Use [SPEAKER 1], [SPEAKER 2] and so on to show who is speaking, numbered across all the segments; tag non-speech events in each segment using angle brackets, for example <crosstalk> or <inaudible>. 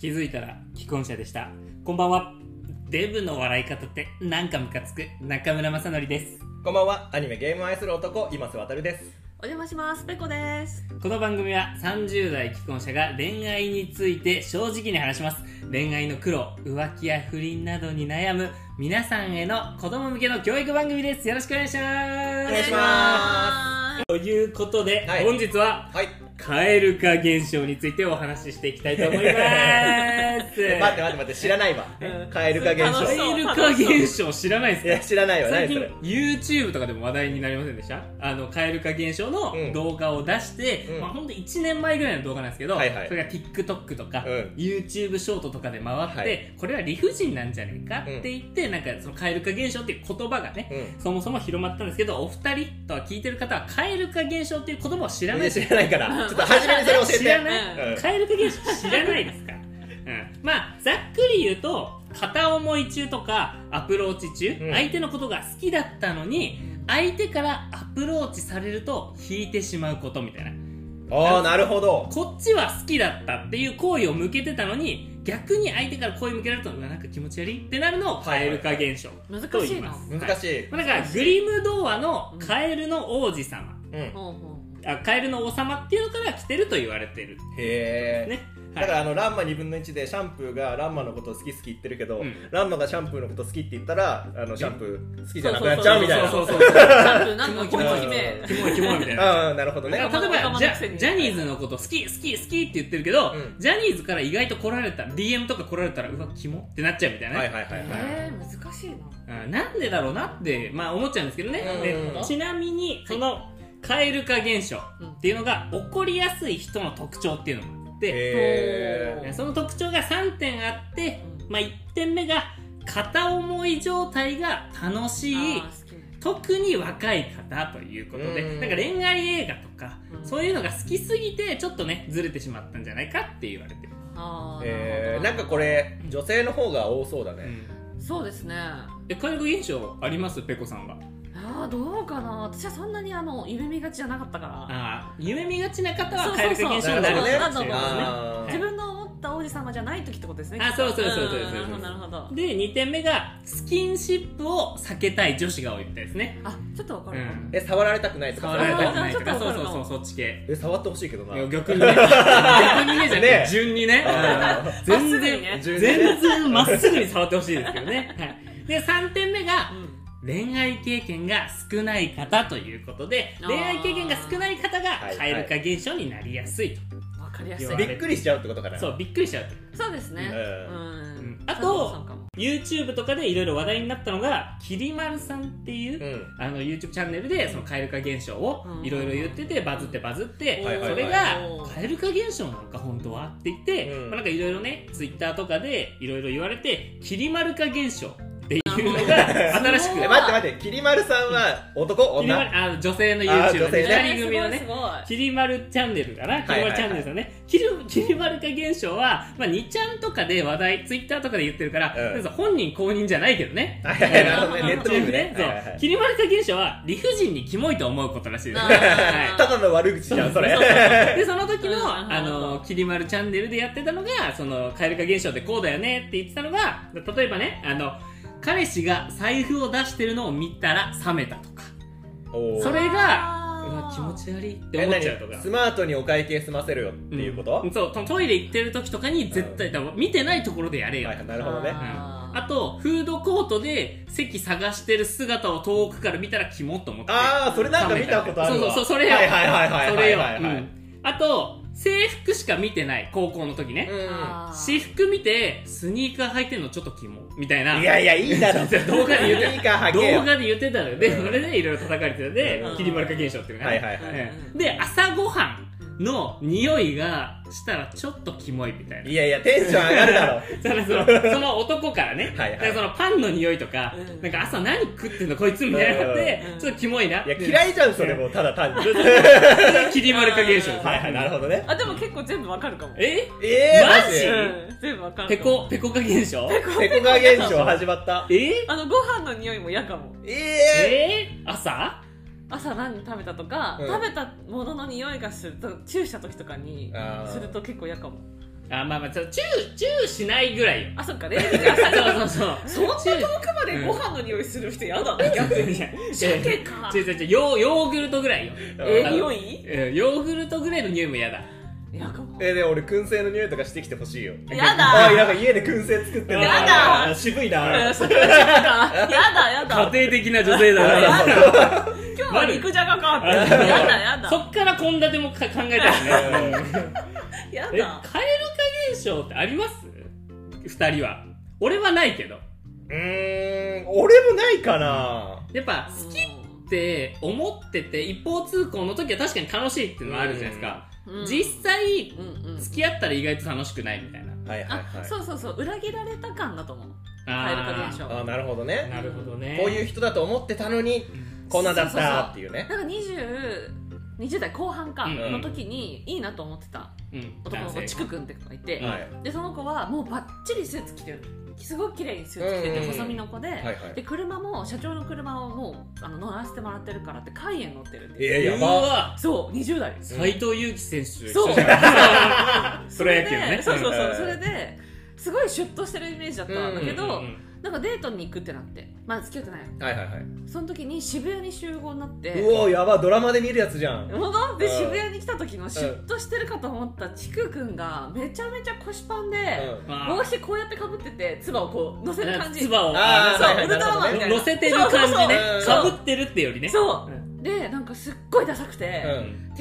[SPEAKER 1] 気づいたら既婚者でしたこんばんはデブの笑い方ってなんかムカつく中村雅則です
[SPEAKER 2] こんばんは、アニメゲームを愛する男、今瀬渡です。
[SPEAKER 3] お邪魔しますペコです
[SPEAKER 1] この番組は30代既婚者が恋愛について正直に話します恋愛の苦労浮気や不倫などに悩む皆さんへの子供向けの教育番組ですよろしくお願いします
[SPEAKER 2] お願いし
[SPEAKER 3] ま
[SPEAKER 2] ます
[SPEAKER 1] ということで、
[SPEAKER 2] はい
[SPEAKER 1] 本日は
[SPEAKER 2] はい。
[SPEAKER 1] 蛙化現象についてお話ししていきたいと思います
[SPEAKER 2] え <laughs> 待って待って待って、知らないわ。カエル化現
[SPEAKER 3] 楽しそ
[SPEAKER 2] 象。
[SPEAKER 3] う
[SPEAKER 1] 蛙化現象知らないです
[SPEAKER 2] い
[SPEAKER 1] か
[SPEAKER 2] や、知らないわ、
[SPEAKER 1] 最
[SPEAKER 2] 何そ
[SPEAKER 1] 近
[SPEAKER 2] れ。
[SPEAKER 1] YouTube とかでも話題になりませんでしたあの蛙化現象の
[SPEAKER 2] うん
[SPEAKER 1] 動画を出して、
[SPEAKER 2] うん
[SPEAKER 1] まあ、ほんと1年前ぐらいの動画なんですけど、
[SPEAKER 2] はいはい
[SPEAKER 1] それが TikTok とか、
[SPEAKER 2] うん
[SPEAKER 1] YouTube ショートとかで回って、
[SPEAKER 2] はい
[SPEAKER 1] これは理不尽なんじゃねえかって言って、なんかその蛙化現象っていう言葉がね、
[SPEAKER 2] う
[SPEAKER 1] そもそも広まったんですけどお二人とは聞いてる方は蛙化現象っていう言葉を知ら
[SPEAKER 2] ん。
[SPEAKER 1] ない
[SPEAKER 2] ね
[SPEAKER 1] です
[SPEAKER 2] 知らないから、ちょっと初めにそれ教えて。
[SPEAKER 1] 知らない、
[SPEAKER 2] うん
[SPEAKER 1] 蛙化現象知らないですか、うん、まあざっくり言うと片思い中とかアプローチ中、
[SPEAKER 2] うん
[SPEAKER 1] 相手のことが好きだったのに相手からアプローチされると引いてしまうことみたいな
[SPEAKER 2] あー、なるほど。
[SPEAKER 1] こっちは好きだったっていう好意を向けてたのに逆に相手から声向けられるとうわなんか気持ち悪いってなるのを蛙化現象
[SPEAKER 3] 難しいな
[SPEAKER 1] と言います、
[SPEAKER 2] 難しい。
[SPEAKER 1] まあ、だからグリム童話のカエルの王子様、
[SPEAKER 2] うん。へ
[SPEAKER 3] ほうほ
[SPEAKER 1] あカエルの王様っていうのから来てると言われてる
[SPEAKER 2] え。
[SPEAKER 1] ね、はい
[SPEAKER 2] だからあのランマ2分の1でシャンプーがランマのこと好き好き言ってるけど、
[SPEAKER 1] うん
[SPEAKER 2] ランマがシャンプーのこと好きって言ったらあのシャンプー好きじゃなくなっちゃうみたいな
[SPEAKER 1] そう
[SPEAKER 2] う
[SPEAKER 1] そうそうそう
[SPEAKER 3] うなんかなんか
[SPEAKER 1] キ
[SPEAKER 3] こ
[SPEAKER 1] モ
[SPEAKER 3] い
[SPEAKER 1] い
[SPEAKER 3] つ姫
[SPEAKER 1] キモいキモいみたいな。
[SPEAKER 2] んなるほどね
[SPEAKER 1] だから例えばジャジャニーズのこと好き好き好きって言ってるけど、
[SPEAKER 2] うん
[SPEAKER 1] ジャニーズから意外と来られた DM とか来られたらうわキモってなっちゃうみたいなね、
[SPEAKER 2] はいはいはいはい
[SPEAKER 3] えー、難しいな
[SPEAKER 1] うんなんでだろうなって、まあ、思っちゃうんですけどね
[SPEAKER 2] うん
[SPEAKER 1] でちなみにその蛙化現象っていうのが起こりやすい人の特徴っていうのもあって、
[SPEAKER 2] へ
[SPEAKER 3] え
[SPEAKER 2] え
[SPEAKER 3] ー
[SPEAKER 1] その特徴が3点あって、まあ、1点目が片思い状態が楽しい
[SPEAKER 3] あー好き
[SPEAKER 1] 特に若い方ということで、
[SPEAKER 2] うん
[SPEAKER 1] なんか恋愛映画とか、
[SPEAKER 3] うん
[SPEAKER 1] そういうのが好きすぎてちょっとねずれてしまったんじゃないかって言われてる、
[SPEAKER 3] あー
[SPEAKER 2] えー、
[SPEAKER 3] な
[SPEAKER 2] な
[SPEAKER 3] る
[SPEAKER 2] ん
[SPEAKER 3] ほ
[SPEAKER 2] かこれ女性の方が多そうだね、
[SPEAKER 3] どそうですね
[SPEAKER 1] え介護現象ありますペコさんは
[SPEAKER 3] ああどうかな私はそんなにあの夢見がちじゃなかったから
[SPEAKER 1] ああ夢見がちな方
[SPEAKER 3] そ
[SPEAKER 1] は
[SPEAKER 3] うそうそう
[SPEAKER 1] 介護現象になるかもしれないですね
[SPEAKER 2] あー
[SPEAKER 3] 自分の思った王子様じゃない時ってことですね
[SPEAKER 1] あ
[SPEAKER 3] きっと
[SPEAKER 1] そうそうそうそうそうん
[SPEAKER 3] なるほどなるほど
[SPEAKER 1] で2点目がスキンシップを避けたい女子が多いみたいですね
[SPEAKER 3] あちょっとわかるかも、
[SPEAKER 1] うん
[SPEAKER 2] え触られたくないとか
[SPEAKER 1] 触られたくないと
[SPEAKER 3] あ
[SPEAKER 1] か
[SPEAKER 3] ーち
[SPEAKER 1] そ
[SPEAKER 3] ょ
[SPEAKER 1] う
[SPEAKER 3] っと
[SPEAKER 1] そう
[SPEAKER 3] わかるか
[SPEAKER 1] そ
[SPEAKER 3] も
[SPEAKER 1] うそっち系
[SPEAKER 2] え触ってほしいけどない
[SPEAKER 1] や逆にね逆にねじゃなくて
[SPEAKER 2] ね
[SPEAKER 1] 順にね
[SPEAKER 2] あ
[SPEAKER 1] うん全
[SPEAKER 3] まっすぐ
[SPEAKER 1] 然
[SPEAKER 3] にね
[SPEAKER 2] 順にね
[SPEAKER 1] 全然まっすぐに触ってほしいですけどね、はい、で3点目が
[SPEAKER 3] うん
[SPEAKER 1] 恋愛経験が少ない方ということで
[SPEAKER 3] あー
[SPEAKER 1] 恋愛経験が少ない方が
[SPEAKER 2] はいはい
[SPEAKER 1] 蛙化現象になりやすいと、
[SPEAKER 3] わかりやすい
[SPEAKER 1] 要は
[SPEAKER 2] びっくりしちゃうってことかな
[SPEAKER 1] そうびっくりしちゃうと
[SPEAKER 3] そうですね
[SPEAKER 2] う
[SPEAKER 3] うんん、
[SPEAKER 1] うんあと
[SPEAKER 3] 佐藤さんかも
[SPEAKER 1] YouTube とかでいろいろ話題になったのがきり丸さんっていう、
[SPEAKER 2] うん
[SPEAKER 1] あの YouTube チャンネルでその蛙化現象をいろいろ言ってて
[SPEAKER 3] うん
[SPEAKER 1] バズってバズって
[SPEAKER 2] はいはい
[SPEAKER 1] そ
[SPEAKER 2] はい
[SPEAKER 1] れが
[SPEAKER 3] おー
[SPEAKER 1] 蛙化現象なのか本当はって言って
[SPEAKER 2] うん
[SPEAKER 1] まあなんかいろいろね Twitter とかでいろいろ言われてきり丸化現象っていうのが新しく
[SPEAKER 2] え待って待ってきり <laughs> まるさんは男
[SPEAKER 1] きりま
[SPEAKER 2] 女
[SPEAKER 1] るあの女性の
[SPEAKER 2] あ
[SPEAKER 1] YouTube
[SPEAKER 2] ー女性ね
[SPEAKER 1] 2人組のね
[SPEAKER 3] すごいすごい
[SPEAKER 1] きりまるチャンネルかな、き
[SPEAKER 2] は
[SPEAKER 1] り
[SPEAKER 2] い
[SPEAKER 1] ま
[SPEAKER 2] はいはい
[SPEAKER 1] るチャンネルですよね。きりきりまる化現象は、まあ、2ちゃんとかで話題、ツイッターとかで言ってるから、
[SPEAKER 2] うん
[SPEAKER 1] 別に本人公認じゃないけど
[SPEAKER 2] <laughs>
[SPEAKER 1] ね。
[SPEAKER 2] はいはいはい
[SPEAKER 3] なるほどね
[SPEAKER 1] うん
[SPEAKER 3] ネット
[SPEAKER 2] ニュースね
[SPEAKER 1] そう
[SPEAKER 2] はいはいはい
[SPEAKER 1] きりまる化現象は、理不尽にキモいと思うことらしいです。
[SPEAKER 3] あ
[SPEAKER 1] は
[SPEAKER 3] ー
[SPEAKER 1] い
[SPEAKER 2] ただの悪口じゃんそれ
[SPEAKER 1] でその時
[SPEAKER 3] うん
[SPEAKER 1] の、あ
[SPEAKER 3] なる
[SPEAKER 1] の、きりまるチャンネルでやってたのが、その、蛙化現象ってこうだよねって言ってたのが、例えばね、あの、彼氏が財布を出してるのを見たら冷めたとか、
[SPEAKER 2] <laughs> おー
[SPEAKER 1] それが、うわ
[SPEAKER 3] あ、ー
[SPEAKER 1] 気持ち悪いって
[SPEAKER 2] え
[SPEAKER 1] 思っ
[SPEAKER 2] 何
[SPEAKER 1] ちゃうとか
[SPEAKER 2] ス。マートにお会計済ませるよっていうこと、
[SPEAKER 1] んそうトトイレ行ってる時とかに絶対、だから見てないところでやれよ、
[SPEAKER 2] はいなるほどね
[SPEAKER 3] あー
[SPEAKER 1] あとフードコートで席探してる姿を遠くから見たらキモっと思って
[SPEAKER 2] ああそれなんか見たことあるわ
[SPEAKER 1] そうそうそうそれよ
[SPEAKER 2] はいはいはいはい
[SPEAKER 1] そ
[SPEAKER 2] は
[SPEAKER 1] れ
[SPEAKER 2] い
[SPEAKER 1] よ、
[SPEAKER 2] はいはい
[SPEAKER 1] うんあと制服しか見てない高校の時ね、
[SPEAKER 2] う
[SPEAKER 3] あー
[SPEAKER 1] 私服見てスニーカー履いてんのちょっとキモみたいなん
[SPEAKER 2] いやいやいい
[SPEAKER 1] <laughs>
[SPEAKER 2] だろ
[SPEAKER 1] 動画で言うて
[SPEAKER 2] いいから
[SPEAKER 1] 動
[SPEAKER 2] けよ
[SPEAKER 1] 画で言ってたのよで
[SPEAKER 2] うん
[SPEAKER 1] それでいろいろ叩かれてたんで
[SPEAKER 2] うん
[SPEAKER 1] きり丸化現象っていうのが
[SPEAKER 2] は
[SPEAKER 1] ね
[SPEAKER 2] いはいは
[SPEAKER 1] え
[SPEAKER 3] う
[SPEAKER 1] え
[SPEAKER 3] ん
[SPEAKER 1] で朝ごはんの匂いがしたらちょっとキモいみたいない
[SPEAKER 2] いやいやテンション上がるだろ
[SPEAKER 1] そのそのその男からね
[SPEAKER 2] はいは
[SPEAKER 1] だ
[SPEAKER 2] い
[SPEAKER 1] からそのパンの匂いとか、
[SPEAKER 3] うん
[SPEAKER 1] なんか朝何食ってんのこいつみたいになって、
[SPEAKER 3] うん
[SPEAKER 1] ちょっとキモいない
[SPEAKER 2] いや嫌いじゃんそれもうただ単にはい
[SPEAKER 1] 切り丸化現象
[SPEAKER 2] はいなるほどね
[SPEAKER 3] あでも結構全部わかるかも
[SPEAKER 1] え
[SPEAKER 2] えー、
[SPEAKER 1] マジ
[SPEAKER 3] うん全部わかる
[SPEAKER 1] ペ
[SPEAKER 3] かも
[SPEAKER 1] コペコ化現象
[SPEAKER 2] ペコガ現象始まった
[SPEAKER 1] え
[SPEAKER 3] あのご飯の匂いも嫌かも
[SPEAKER 2] え
[SPEAKER 1] え
[SPEAKER 2] え
[SPEAKER 1] 朝
[SPEAKER 3] 朝何食べたとか、
[SPEAKER 2] うん
[SPEAKER 3] 食べたものの匂いがするとチューした時とかに
[SPEAKER 2] あー
[SPEAKER 3] すると結構嫌かも
[SPEAKER 1] あまあまあちょチューチューしないぐらいよ
[SPEAKER 3] あそっかね
[SPEAKER 1] <laughs> そうそうそう
[SPEAKER 3] そんな
[SPEAKER 1] チュー
[SPEAKER 3] 遠くまでご飯の匂いする人やだね逆に
[SPEAKER 1] いや
[SPEAKER 3] 鮭か
[SPEAKER 1] 違う違う違うヨーヨーグルトぐらいよ
[SPEAKER 3] え
[SPEAKER 2] あ
[SPEAKER 1] ー
[SPEAKER 2] の
[SPEAKER 3] 匂い
[SPEAKER 1] うんヨーグルトぐらいの匂いも嫌だ
[SPEAKER 3] やかも
[SPEAKER 2] えで俺燻製の匂いとかしてきてほしいよ
[SPEAKER 3] や
[SPEAKER 2] あーなんか
[SPEAKER 3] だ
[SPEAKER 2] 家で燻製作ってるの
[SPEAKER 3] やだ
[SPEAKER 2] あ渋い
[SPEAKER 3] え
[SPEAKER 2] な
[SPEAKER 3] ーそれは違うかやだや
[SPEAKER 1] 家庭
[SPEAKER 3] だ
[SPEAKER 1] 的な女性だな
[SPEAKER 3] やだ今日は肉じゃがかってやだや
[SPEAKER 1] そ
[SPEAKER 3] だ
[SPEAKER 1] っから献立もか考えたしね
[SPEAKER 3] や
[SPEAKER 1] え、
[SPEAKER 3] だ
[SPEAKER 1] カエル化現象ってあります二人は。俺はないけど。
[SPEAKER 2] うーん俺もないかな
[SPEAKER 1] やっぱ、好きって思ってて、一方通行の時は確かに楽しいっていうのはあるじゃないですか。
[SPEAKER 3] うん
[SPEAKER 1] 実際、
[SPEAKER 3] うんうん
[SPEAKER 1] 付き合ったら意外と楽しくないみたいな。
[SPEAKER 2] はいはい
[SPEAKER 3] あ
[SPEAKER 2] はい
[SPEAKER 3] そうそうそう裏切られた感だと思うカエル化
[SPEAKER 1] あ
[SPEAKER 3] 現
[SPEAKER 1] ー
[SPEAKER 3] 象
[SPEAKER 2] あーなるほどね
[SPEAKER 1] なるほどね。
[SPEAKER 2] こういう人だと思ってたのにこんなんだったっていうね
[SPEAKER 3] なんか20 20代後半か
[SPEAKER 1] うん
[SPEAKER 2] うん
[SPEAKER 3] の時にいいなと思ってた
[SPEAKER 1] うん、
[SPEAKER 3] 男の子
[SPEAKER 1] 男
[SPEAKER 3] チ
[SPEAKER 1] 性。
[SPEAKER 3] クくんって子がいて、
[SPEAKER 1] ん
[SPEAKER 2] はい
[SPEAKER 3] でその子はもうバッチリスーツ着てるすごく綺麗にスーツ着てて、
[SPEAKER 2] うん
[SPEAKER 3] 細身の子で、
[SPEAKER 2] はいはい
[SPEAKER 3] で車も社長の車をもうあの乗らせてもらってるからってカイエン乗ってるって
[SPEAKER 2] え
[SPEAKER 3] 言って
[SPEAKER 2] ーや
[SPEAKER 1] う
[SPEAKER 2] ば
[SPEAKER 1] わ
[SPEAKER 3] そう20代です
[SPEAKER 1] 斎藤佑樹選手
[SPEAKER 3] そ
[SPEAKER 1] 一
[SPEAKER 3] う
[SPEAKER 1] 緒じゃないプ
[SPEAKER 3] そ
[SPEAKER 1] ロ
[SPEAKER 3] れ
[SPEAKER 1] 野
[SPEAKER 3] で
[SPEAKER 1] 球のね。
[SPEAKER 3] そうそう
[SPEAKER 1] う
[SPEAKER 3] そうそれですごいシュッとしてるイメージだったん
[SPEAKER 1] ん
[SPEAKER 3] だ <laughs> けど、
[SPEAKER 1] うんうん
[SPEAKER 3] なんかデートに行くってなってまあ付き合ってないよ
[SPEAKER 2] はいはいはい
[SPEAKER 3] その時に渋谷に集合になって
[SPEAKER 2] うおーやばドラマで見るやつじゃん
[SPEAKER 3] ほどで
[SPEAKER 2] うん
[SPEAKER 3] 渋谷に来た時のシュッとしてるかと思ったちくくんがめちゃめちゃ腰パンで
[SPEAKER 2] うん
[SPEAKER 1] まあ
[SPEAKER 3] 帽子こうやってかぶってて唾をこう乗せる感じ
[SPEAKER 1] つばを
[SPEAKER 2] あー
[SPEAKER 3] そう
[SPEAKER 2] はいはい
[SPEAKER 3] ウルトラマンみたいな
[SPEAKER 1] 乗せてる感じね
[SPEAKER 2] そ
[SPEAKER 1] か
[SPEAKER 2] うそう
[SPEAKER 1] ぶ
[SPEAKER 3] そう
[SPEAKER 1] ってるってよりね
[SPEAKER 3] そううでなんかすっごいダサくて、
[SPEAKER 2] うん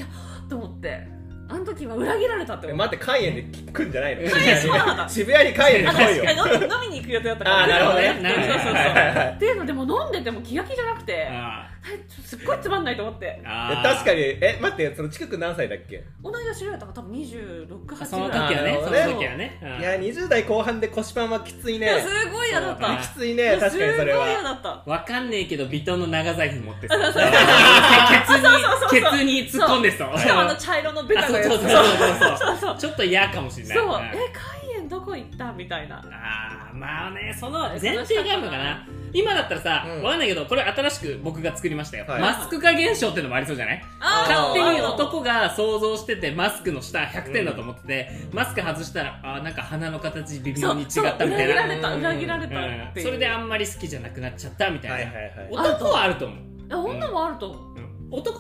[SPEAKER 3] と思ってあの時は裏切られたって
[SPEAKER 2] え
[SPEAKER 3] 思
[SPEAKER 2] 待って海園で聞くんじゃないの
[SPEAKER 1] カイエン
[SPEAKER 3] そうなの
[SPEAKER 2] 渋谷に海園で来いよ
[SPEAKER 3] 確かに飲み飲みに行く予定だったから
[SPEAKER 2] あーなるほどね
[SPEAKER 1] なるほどね
[SPEAKER 3] そうそう
[SPEAKER 2] はいはいはい
[SPEAKER 3] そうっていうのでもう飲んでても気が気じゃなくて
[SPEAKER 1] あ
[SPEAKER 3] はいちょすっごいつまんないと思って
[SPEAKER 1] ー
[SPEAKER 2] え
[SPEAKER 1] あー
[SPEAKER 2] 確かにえ待ってその近く何歳だっけ
[SPEAKER 3] 同い年ぐらいだったから多分26、
[SPEAKER 1] その
[SPEAKER 3] 8ぐ
[SPEAKER 1] 時は
[SPEAKER 3] らい
[SPEAKER 1] ねそ
[SPEAKER 2] あーなる
[SPEAKER 1] の
[SPEAKER 2] ほど
[SPEAKER 1] 時はねうん
[SPEAKER 2] いや20代後半で腰パンはきつい
[SPEAKER 3] いや
[SPEAKER 2] ね
[SPEAKER 3] すごい嫌だっ
[SPEAKER 1] そう
[SPEAKER 3] た
[SPEAKER 1] だ
[SPEAKER 2] きつい
[SPEAKER 3] いや
[SPEAKER 2] ね確かにそれ
[SPEAKER 3] すごい嫌
[SPEAKER 2] は
[SPEAKER 3] だった
[SPEAKER 1] わかんねえけど微糖の長財布持ってそうケツに
[SPEAKER 3] そうそうそう
[SPEAKER 1] ケツに突っ込んでそう
[SPEAKER 3] しかもあの茶色のベ
[SPEAKER 1] あ
[SPEAKER 3] タ
[SPEAKER 1] そ
[SPEAKER 3] な
[SPEAKER 1] う
[SPEAKER 3] や
[SPEAKER 1] そう
[SPEAKER 3] つ
[SPEAKER 1] そうそうそう
[SPEAKER 3] そうそ
[SPEAKER 1] <laughs>
[SPEAKER 3] う
[SPEAKER 1] ちょっと嫌かもしれない
[SPEAKER 3] そう、
[SPEAKER 1] ん
[SPEAKER 3] え、カイエンどこ行ったみたいな。
[SPEAKER 1] あーまあねその前提があるのかな今だったらさ、
[SPEAKER 2] うん
[SPEAKER 1] わかんないけどこれ新しく僕が作りましたよ、
[SPEAKER 2] はい
[SPEAKER 1] マスク化現象っていうのもありそうじゃない
[SPEAKER 2] あー
[SPEAKER 1] 勝手に男が想像しててマスクの下100点だと思ってて、マスク外したらあーなんか鼻の形微妙に違ったみたい
[SPEAKER 3] 裏切ら
[SPEAKER 1] な
[SPEAKER 3] れた、裏切られたって
[SPEAKER 1] う
[SPEAKER 3] い
[SPEAKER 1] ん
[SPEAKER 3] う。
[SPEAKER 1] それであんまり好きじゃなくなっちゃったみたいな、
[SPEAKER 2] はいはいはい
[SPEAKER 1] 男はあると思う
[SPEAKER 3] え女もあると思う。
[SPEAKER 1] 男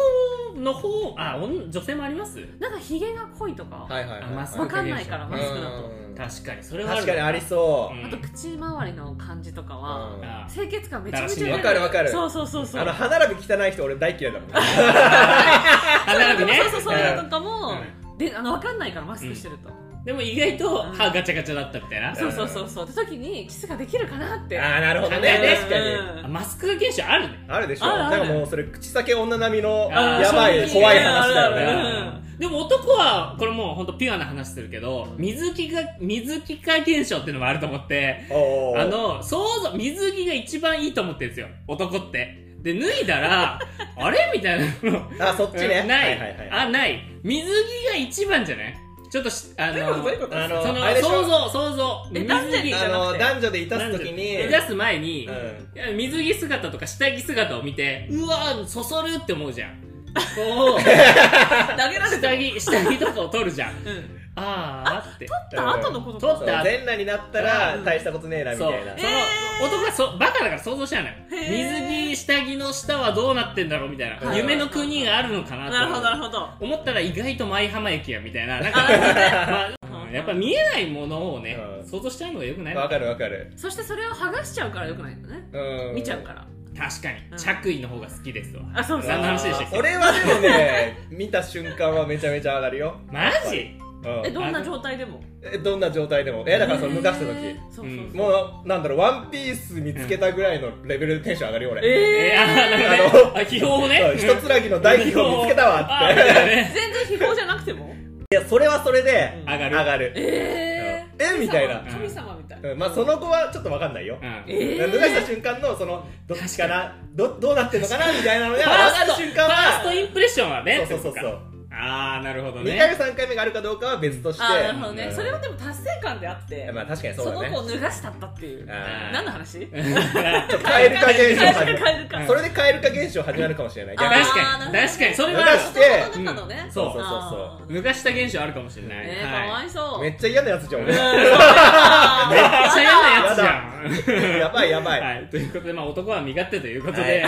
[SPEAKER 1] の方あ女女性もあります
[SPEAKER 3] なんかヒゲが濃いとか、
[SPEAKER 2] はいはい
[SPEAKER 1] あマスク
[SPEAKER 3] わかんないから、
[SPEAKER 1] うん
[SPEAKER 3] マスクだと。
[SPEAKER 2] うん
[SPEAKER 1] 確かにそれはある
[SPEAKER 2] 確かにありそ
[SPEAKER 1] うん
[SPEAKER 2] う
[SPEAKER 3] あと、口周りの感じとかは、
[SPEAKER 2] うん
[SPEAKER 1] あ
[SPEAKER 3] 清潔感めちゃめちゃ出
[SPEAKER 2] わかるわかる
[SPEAKER 3] そうそうそうそう。
[SPEAKER 2] あの歯並び汚い人俺大嫌いだもん
[SPEAKER 1] 歯並びね
[SPEAKER 3] そうそうそういうのとかも、
[SPEAKER 1] う
[SPEAKER 3] で、あの、わかんないからマスクしてると。
[SPEAKER 1] でも意外と歯ガチャガチャだったみたいな
[SPEAKER 2] うん
[SPEAKER 3] そうそうそうそう。って時に、キスができるかなって。
[SPEAKER 2] ああなるほど
[SPEAKER 1] 考え
[SPEAKER 2] ね
[SPEAKER 1] て
[SPEAKER 2] 確かに
[SPEAKER 1] あマスクが現象あるね
[SPEAKER 2] あるでしょ
[SPEAKER 3] あるある
[SPEAKER 2] なんかもうそれ口先女並みの
[SPEAKER 1] あー
[SPEAKER 2] やばい
[SPEAKER 1] そう
[SPEAKER 2] 怖い話だ
[SPEAKER 3] あるあるあ
[SPEAKER 2] よ
[SPEAKER 3] る
[SPEAKER 2] ね
[SPEAKER 1] でも男はこれもう本当ピュアな話するけど水着が水着化現象っていうのもあると思って
[SPEAKER 2] おー
[SPEAKER 1] あの想像水着が一番いいと思ってるんですよ男ってで脱いだらあれみたいなの
[SPEAKER 2] あそっち
[SPEAKER 1] ない,、
[SPEAKER 2] ねはいはいはい
[SPEAKER 1] あない水着が一番じゃないちょっとしあの
[SPEAKER 3] どういうことどういうこ
[SPEAKER 2] あ
[SPEAKER 3] と
[SPEAKER 1] そ
[SPEAKER 2] の
[SPEAKER 1] の
[SPEAKER 2] あれでし
[SPEAKER 1] 想
[SPEAKER 2] ょ
[SPEAKER 1] 像想像
[SPEAKER 3] え男女じゃ
[SPEAKER 2] あ
[SPEAKER 3] なく
[SPEAKER 2] の
[SPEAKER 3] て
[SPEAKER 2] 男女でいたすときに
[SPEAKER 1] 出す前に、
[SPEAKER 2] うん
[SPEAKER 1] いや水着姿とか下着姿を見てうわーそそるって思う
[SPEAKER 2] <laughs>
[SPEAKER 1] じゃんこう
[SPEAKER 3] 投げられて
[SPEAKER 1] 下着下着とかを取るじゃん
[SPEAKER 3] うん。
[SPEAKER 1] あーって
[SPEAKER 3] 取った後のこと
[SPEAKER 1] 取
[SPEAKER 2] そ
[SPEAKER 1] っ
[SPEAKER 2] う
[SPEAKER 1] た
[SPEAKER 2] 全裸になったら
[SPEAKER 1] うん
[SPEAKER 2] 大したことねえなみ
[SPEAKER 1] そうそ
[SPEAKER 2] た
[SPEAKER 1] の
[SPEAKER 2] いな
[SPEAKER 1] 男はそバカだから想像しちゃうのよ
[SPEAKER 3] へー
[SPEAKER 1] 水着下着の下はどうなってんだろうみたいな
[SPEAKER 2] はい
[SPEAKER 1] 夢の国があるのかなと
[SPEAKER 3] なるほどなるほど
[SPEAKER 1] 思ったら意外と舞浜駅やみ
[SPEAKER 3] <laughs>
[SPEAKER 1] たいななんか、まあ、やっぱ見えないものをね、
[SPEAKER 2] うん
[SPEAKER 1] 想像しちゃうのがよくない
[SPEAKER 2] わかるわかる
[SPEAKER 3] そしてそれを剥がしちゃうからよくないんだね
[SPEAKER 2] うん
[SPEAKER 3] 見ちゃうから
[SPEAKER 1] 確かに、
[SPEAKER 3] うん
[SPEAKER 1] 着衣の方が好きですわ
[SPEAKER 3] あそうう
[SPEAKER 1] そ
[SPEAKER 3] そうう
[SPEAKER 1] 何の話でしたっけ
[SPEAKER 2] 俺はでもね見た瞬間はめちゃめちゃ上がるよ
[SPEAKER 1] マジ
[SPEAKER 2] うん
[SPEAKER 3] えどんな状態でも
[SPEAKER 2] えどんな状態でもえだからその脱がした時
[SPEAKER 3] そうそうそう
[SPEAKER 2] もうなんだろうワンピース見つけたぐらいのレベルでテンション上がるよ俺
[SPEAKER 1] えー、
[SPEAKER 3] え
[SPEAKER 1] あなんかねあ秘宝をね
[SPEAKER 2] うん一つらぎの大秘宝見つけたわ
[SPEAKER 1] あ
[SPEAKER 2] って
[SPEAKER 1] だよね
[SPEAKER 3] ー全然非行じゃなくて
[SPEAKER 2] <laughs>
[SPEAKER 3] も
[SPEAKER 2] いやそれはそれで
[SPEAKER 1] 上が
[SPEAKER 2] 上
[SPEAKER 1] る
[SPEAKER 2] がる
[SPEAKER 3] え
[SPEAKER 2] えみたいな
[SPEAKER 3] 神様みたい
[SPEAKER 2] うんまあその子はちょっとわかんないよ
[SPEAKER 1] うん
[SPEAKER 3] え
[SPEAKER 2] 脱がした瞬間のそのどっちかなどどうなってんのかなみたいなのが
[SPEAKER 1] ファー
[SPEAKER 2] 上
[SPEAKER 1] ストフ
[SPEAKER 2] がる瞬
[SPEAKER 1] ァー
[SPEAKER 2] 間
[SPEAKER 1] ス
[SPEAKER 2] は
[SPEAKER 1] トインプレッションはね
[SPEAKER 2] そうそうそう
[SPEAKER 1] って
[SPEAKER 2] そ
[SPEAKER 1] こ
[SPEAKER 2] う
[SPEAKER 1] とかああなるほど
[SPEAKER 2] 2回
[SPEAKER 1] ね
[SPEAKER 2] 目3回目があるかどうかは別として
[SPEAKER 3] あーなるほどね、
[SPEAKER 2] うん
[SPEAKER 3] それはでも達成感であって、
[SPEAKER 2] まあ確かにそ
[SPEAKER 3] そう
[SPEAKER 2] だね
[SPEAKER 3] の子を脱がしたったっていう
[SPEAKER 2] あー
[SPEAKER 3] 何の話
[SPEAKER 1] <laughs>
[SPEAKER 2] ちょっと蛙化現象始
[SPEAKER 3] 変えるか
[SPEAKER 2] まる
[SPEAKER 3] 変えるか
[SPEAKER 2] それで蛙化現象始まるかもしれない逆
[SPEAKER 3] あ
[SPEAKER 2] に
[SPEAKER 3] ー
[SPEAKER 1] 確かに
[SPEAKER 3] なるほど
[SPEAKER 1] 確かにそれ
[SPEAKER 2] 脱がし
[SPEAKER 1] は
[SPEAKER 2] て
[SPEAKER 3] その中のね、
[SPEAKER 1] ん
[SPEAKER 2] そうそうそう
[SPEAKER 3] あ
[SPEAKER 2] そ
[SPEAKER 3] ー
[SPEAKER 1] 抜かした現象あるかもしれない、
[SPEAKER 3] ねえ、か
[SPEAKER 1] は
[SPEAKER 3] わ
[SPEAKER 1] い、
[SPEAKER 3] いそう
[SPEAKER 2] うめっちゃ嫌なやつじゃん俺
[SPEAKER 1] めっちゃ嫌なやつじゃん
[SPEAKER 2] やばいやば
[SPEAKER 1] <laughs>
[SPEAKER 2] い、
[SPEAKER 1] はい、ということで、まあ、男は身勝手ということで、は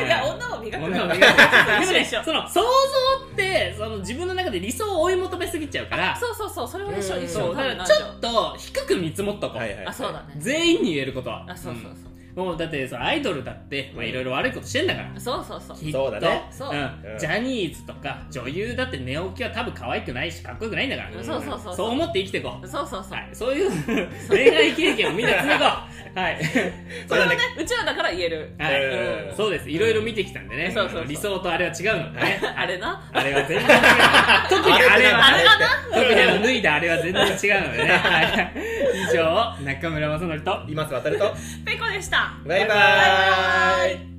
[SPEAKER 1] は
[SPEAKER 2] いい
[SPEAKER 1] い
[SPEAKER 3] <laughs> いや女を磨く
[SPEAKER 1] 女は身
[SPEAKER 3] <laughs>
[SPEAKER 1] 勝手でもねその想像ってその自分の中で理想を追い求めすぎちゃうから
[SPEAKER 3] そうそうそうそれは一緒
[SPEAKER 2] うん
[SPEAKER 3] 一
[SPEAKER 1] そ
[SPEAKER 3] 緒
[SPEAKER 1] うだから
[SPEAKER 3] 多分
[SPEAKER 1] ちょっと低く見積もっとこう、
[SPEAKER 2] はいはい
[SPEAKER 3] あそうだね
[SPEAKER 1] 全員に言えることは
[SPEAKER 3] あそうそうそう
[SPEAKER 1] うんもうだってそのアイドルだってまあいろいろ悪いことしてんだから、
[SPEAKER 3] そうそうそう
[SPEAKER 1] きっと
[SPEAKER 2] そうだね
[SPEAKER 3] そうん
[SPEAKER 2] うん
[SPEAKER 1] ジャニーズとか女優だって寝起きは多分可愛くないしかっこよくないんだから、
[SPEAKER 3] うんそうそうそうそう
[SPEAKER 1] そう思って生きていこう、
[SPEAKER 3] そうそうそう
[SPEAKER 1] はい、そういう <laughs> 恋愛経験をみんな詰めこうはい
[SPEAKER 3] それはねうちはだから言える
[SPEAKER 1] はい、
[SPEAKER 2] えー
[SPEAKER 1] そうですいろいろ見てきたんでね、
[SPEAKER 3] そうそうそう
[SPEAKER 1] 理想とあれは違うのでね
[SPEAKER 3] <laughs> あれな
[SPEAKER 1] あれは全然違う特にあれは
[SPEAKER 3] あれだ
[SPEAKER 2] な
[SPEAKER 1] 特にあの脱いだあれは全然違うのでね、はい、以上中村雅則と
[SPEAKER 2] 今す渡ると
[SPEAKER 3] ペコでした
[SPEAKER 2] バ
[SPEAKER 1] バイ
[SPEAKER 2] イババイバ
[SPEAKER 1] バ
[SPEAKER 2] ーイ
[SPEAKER 1] イ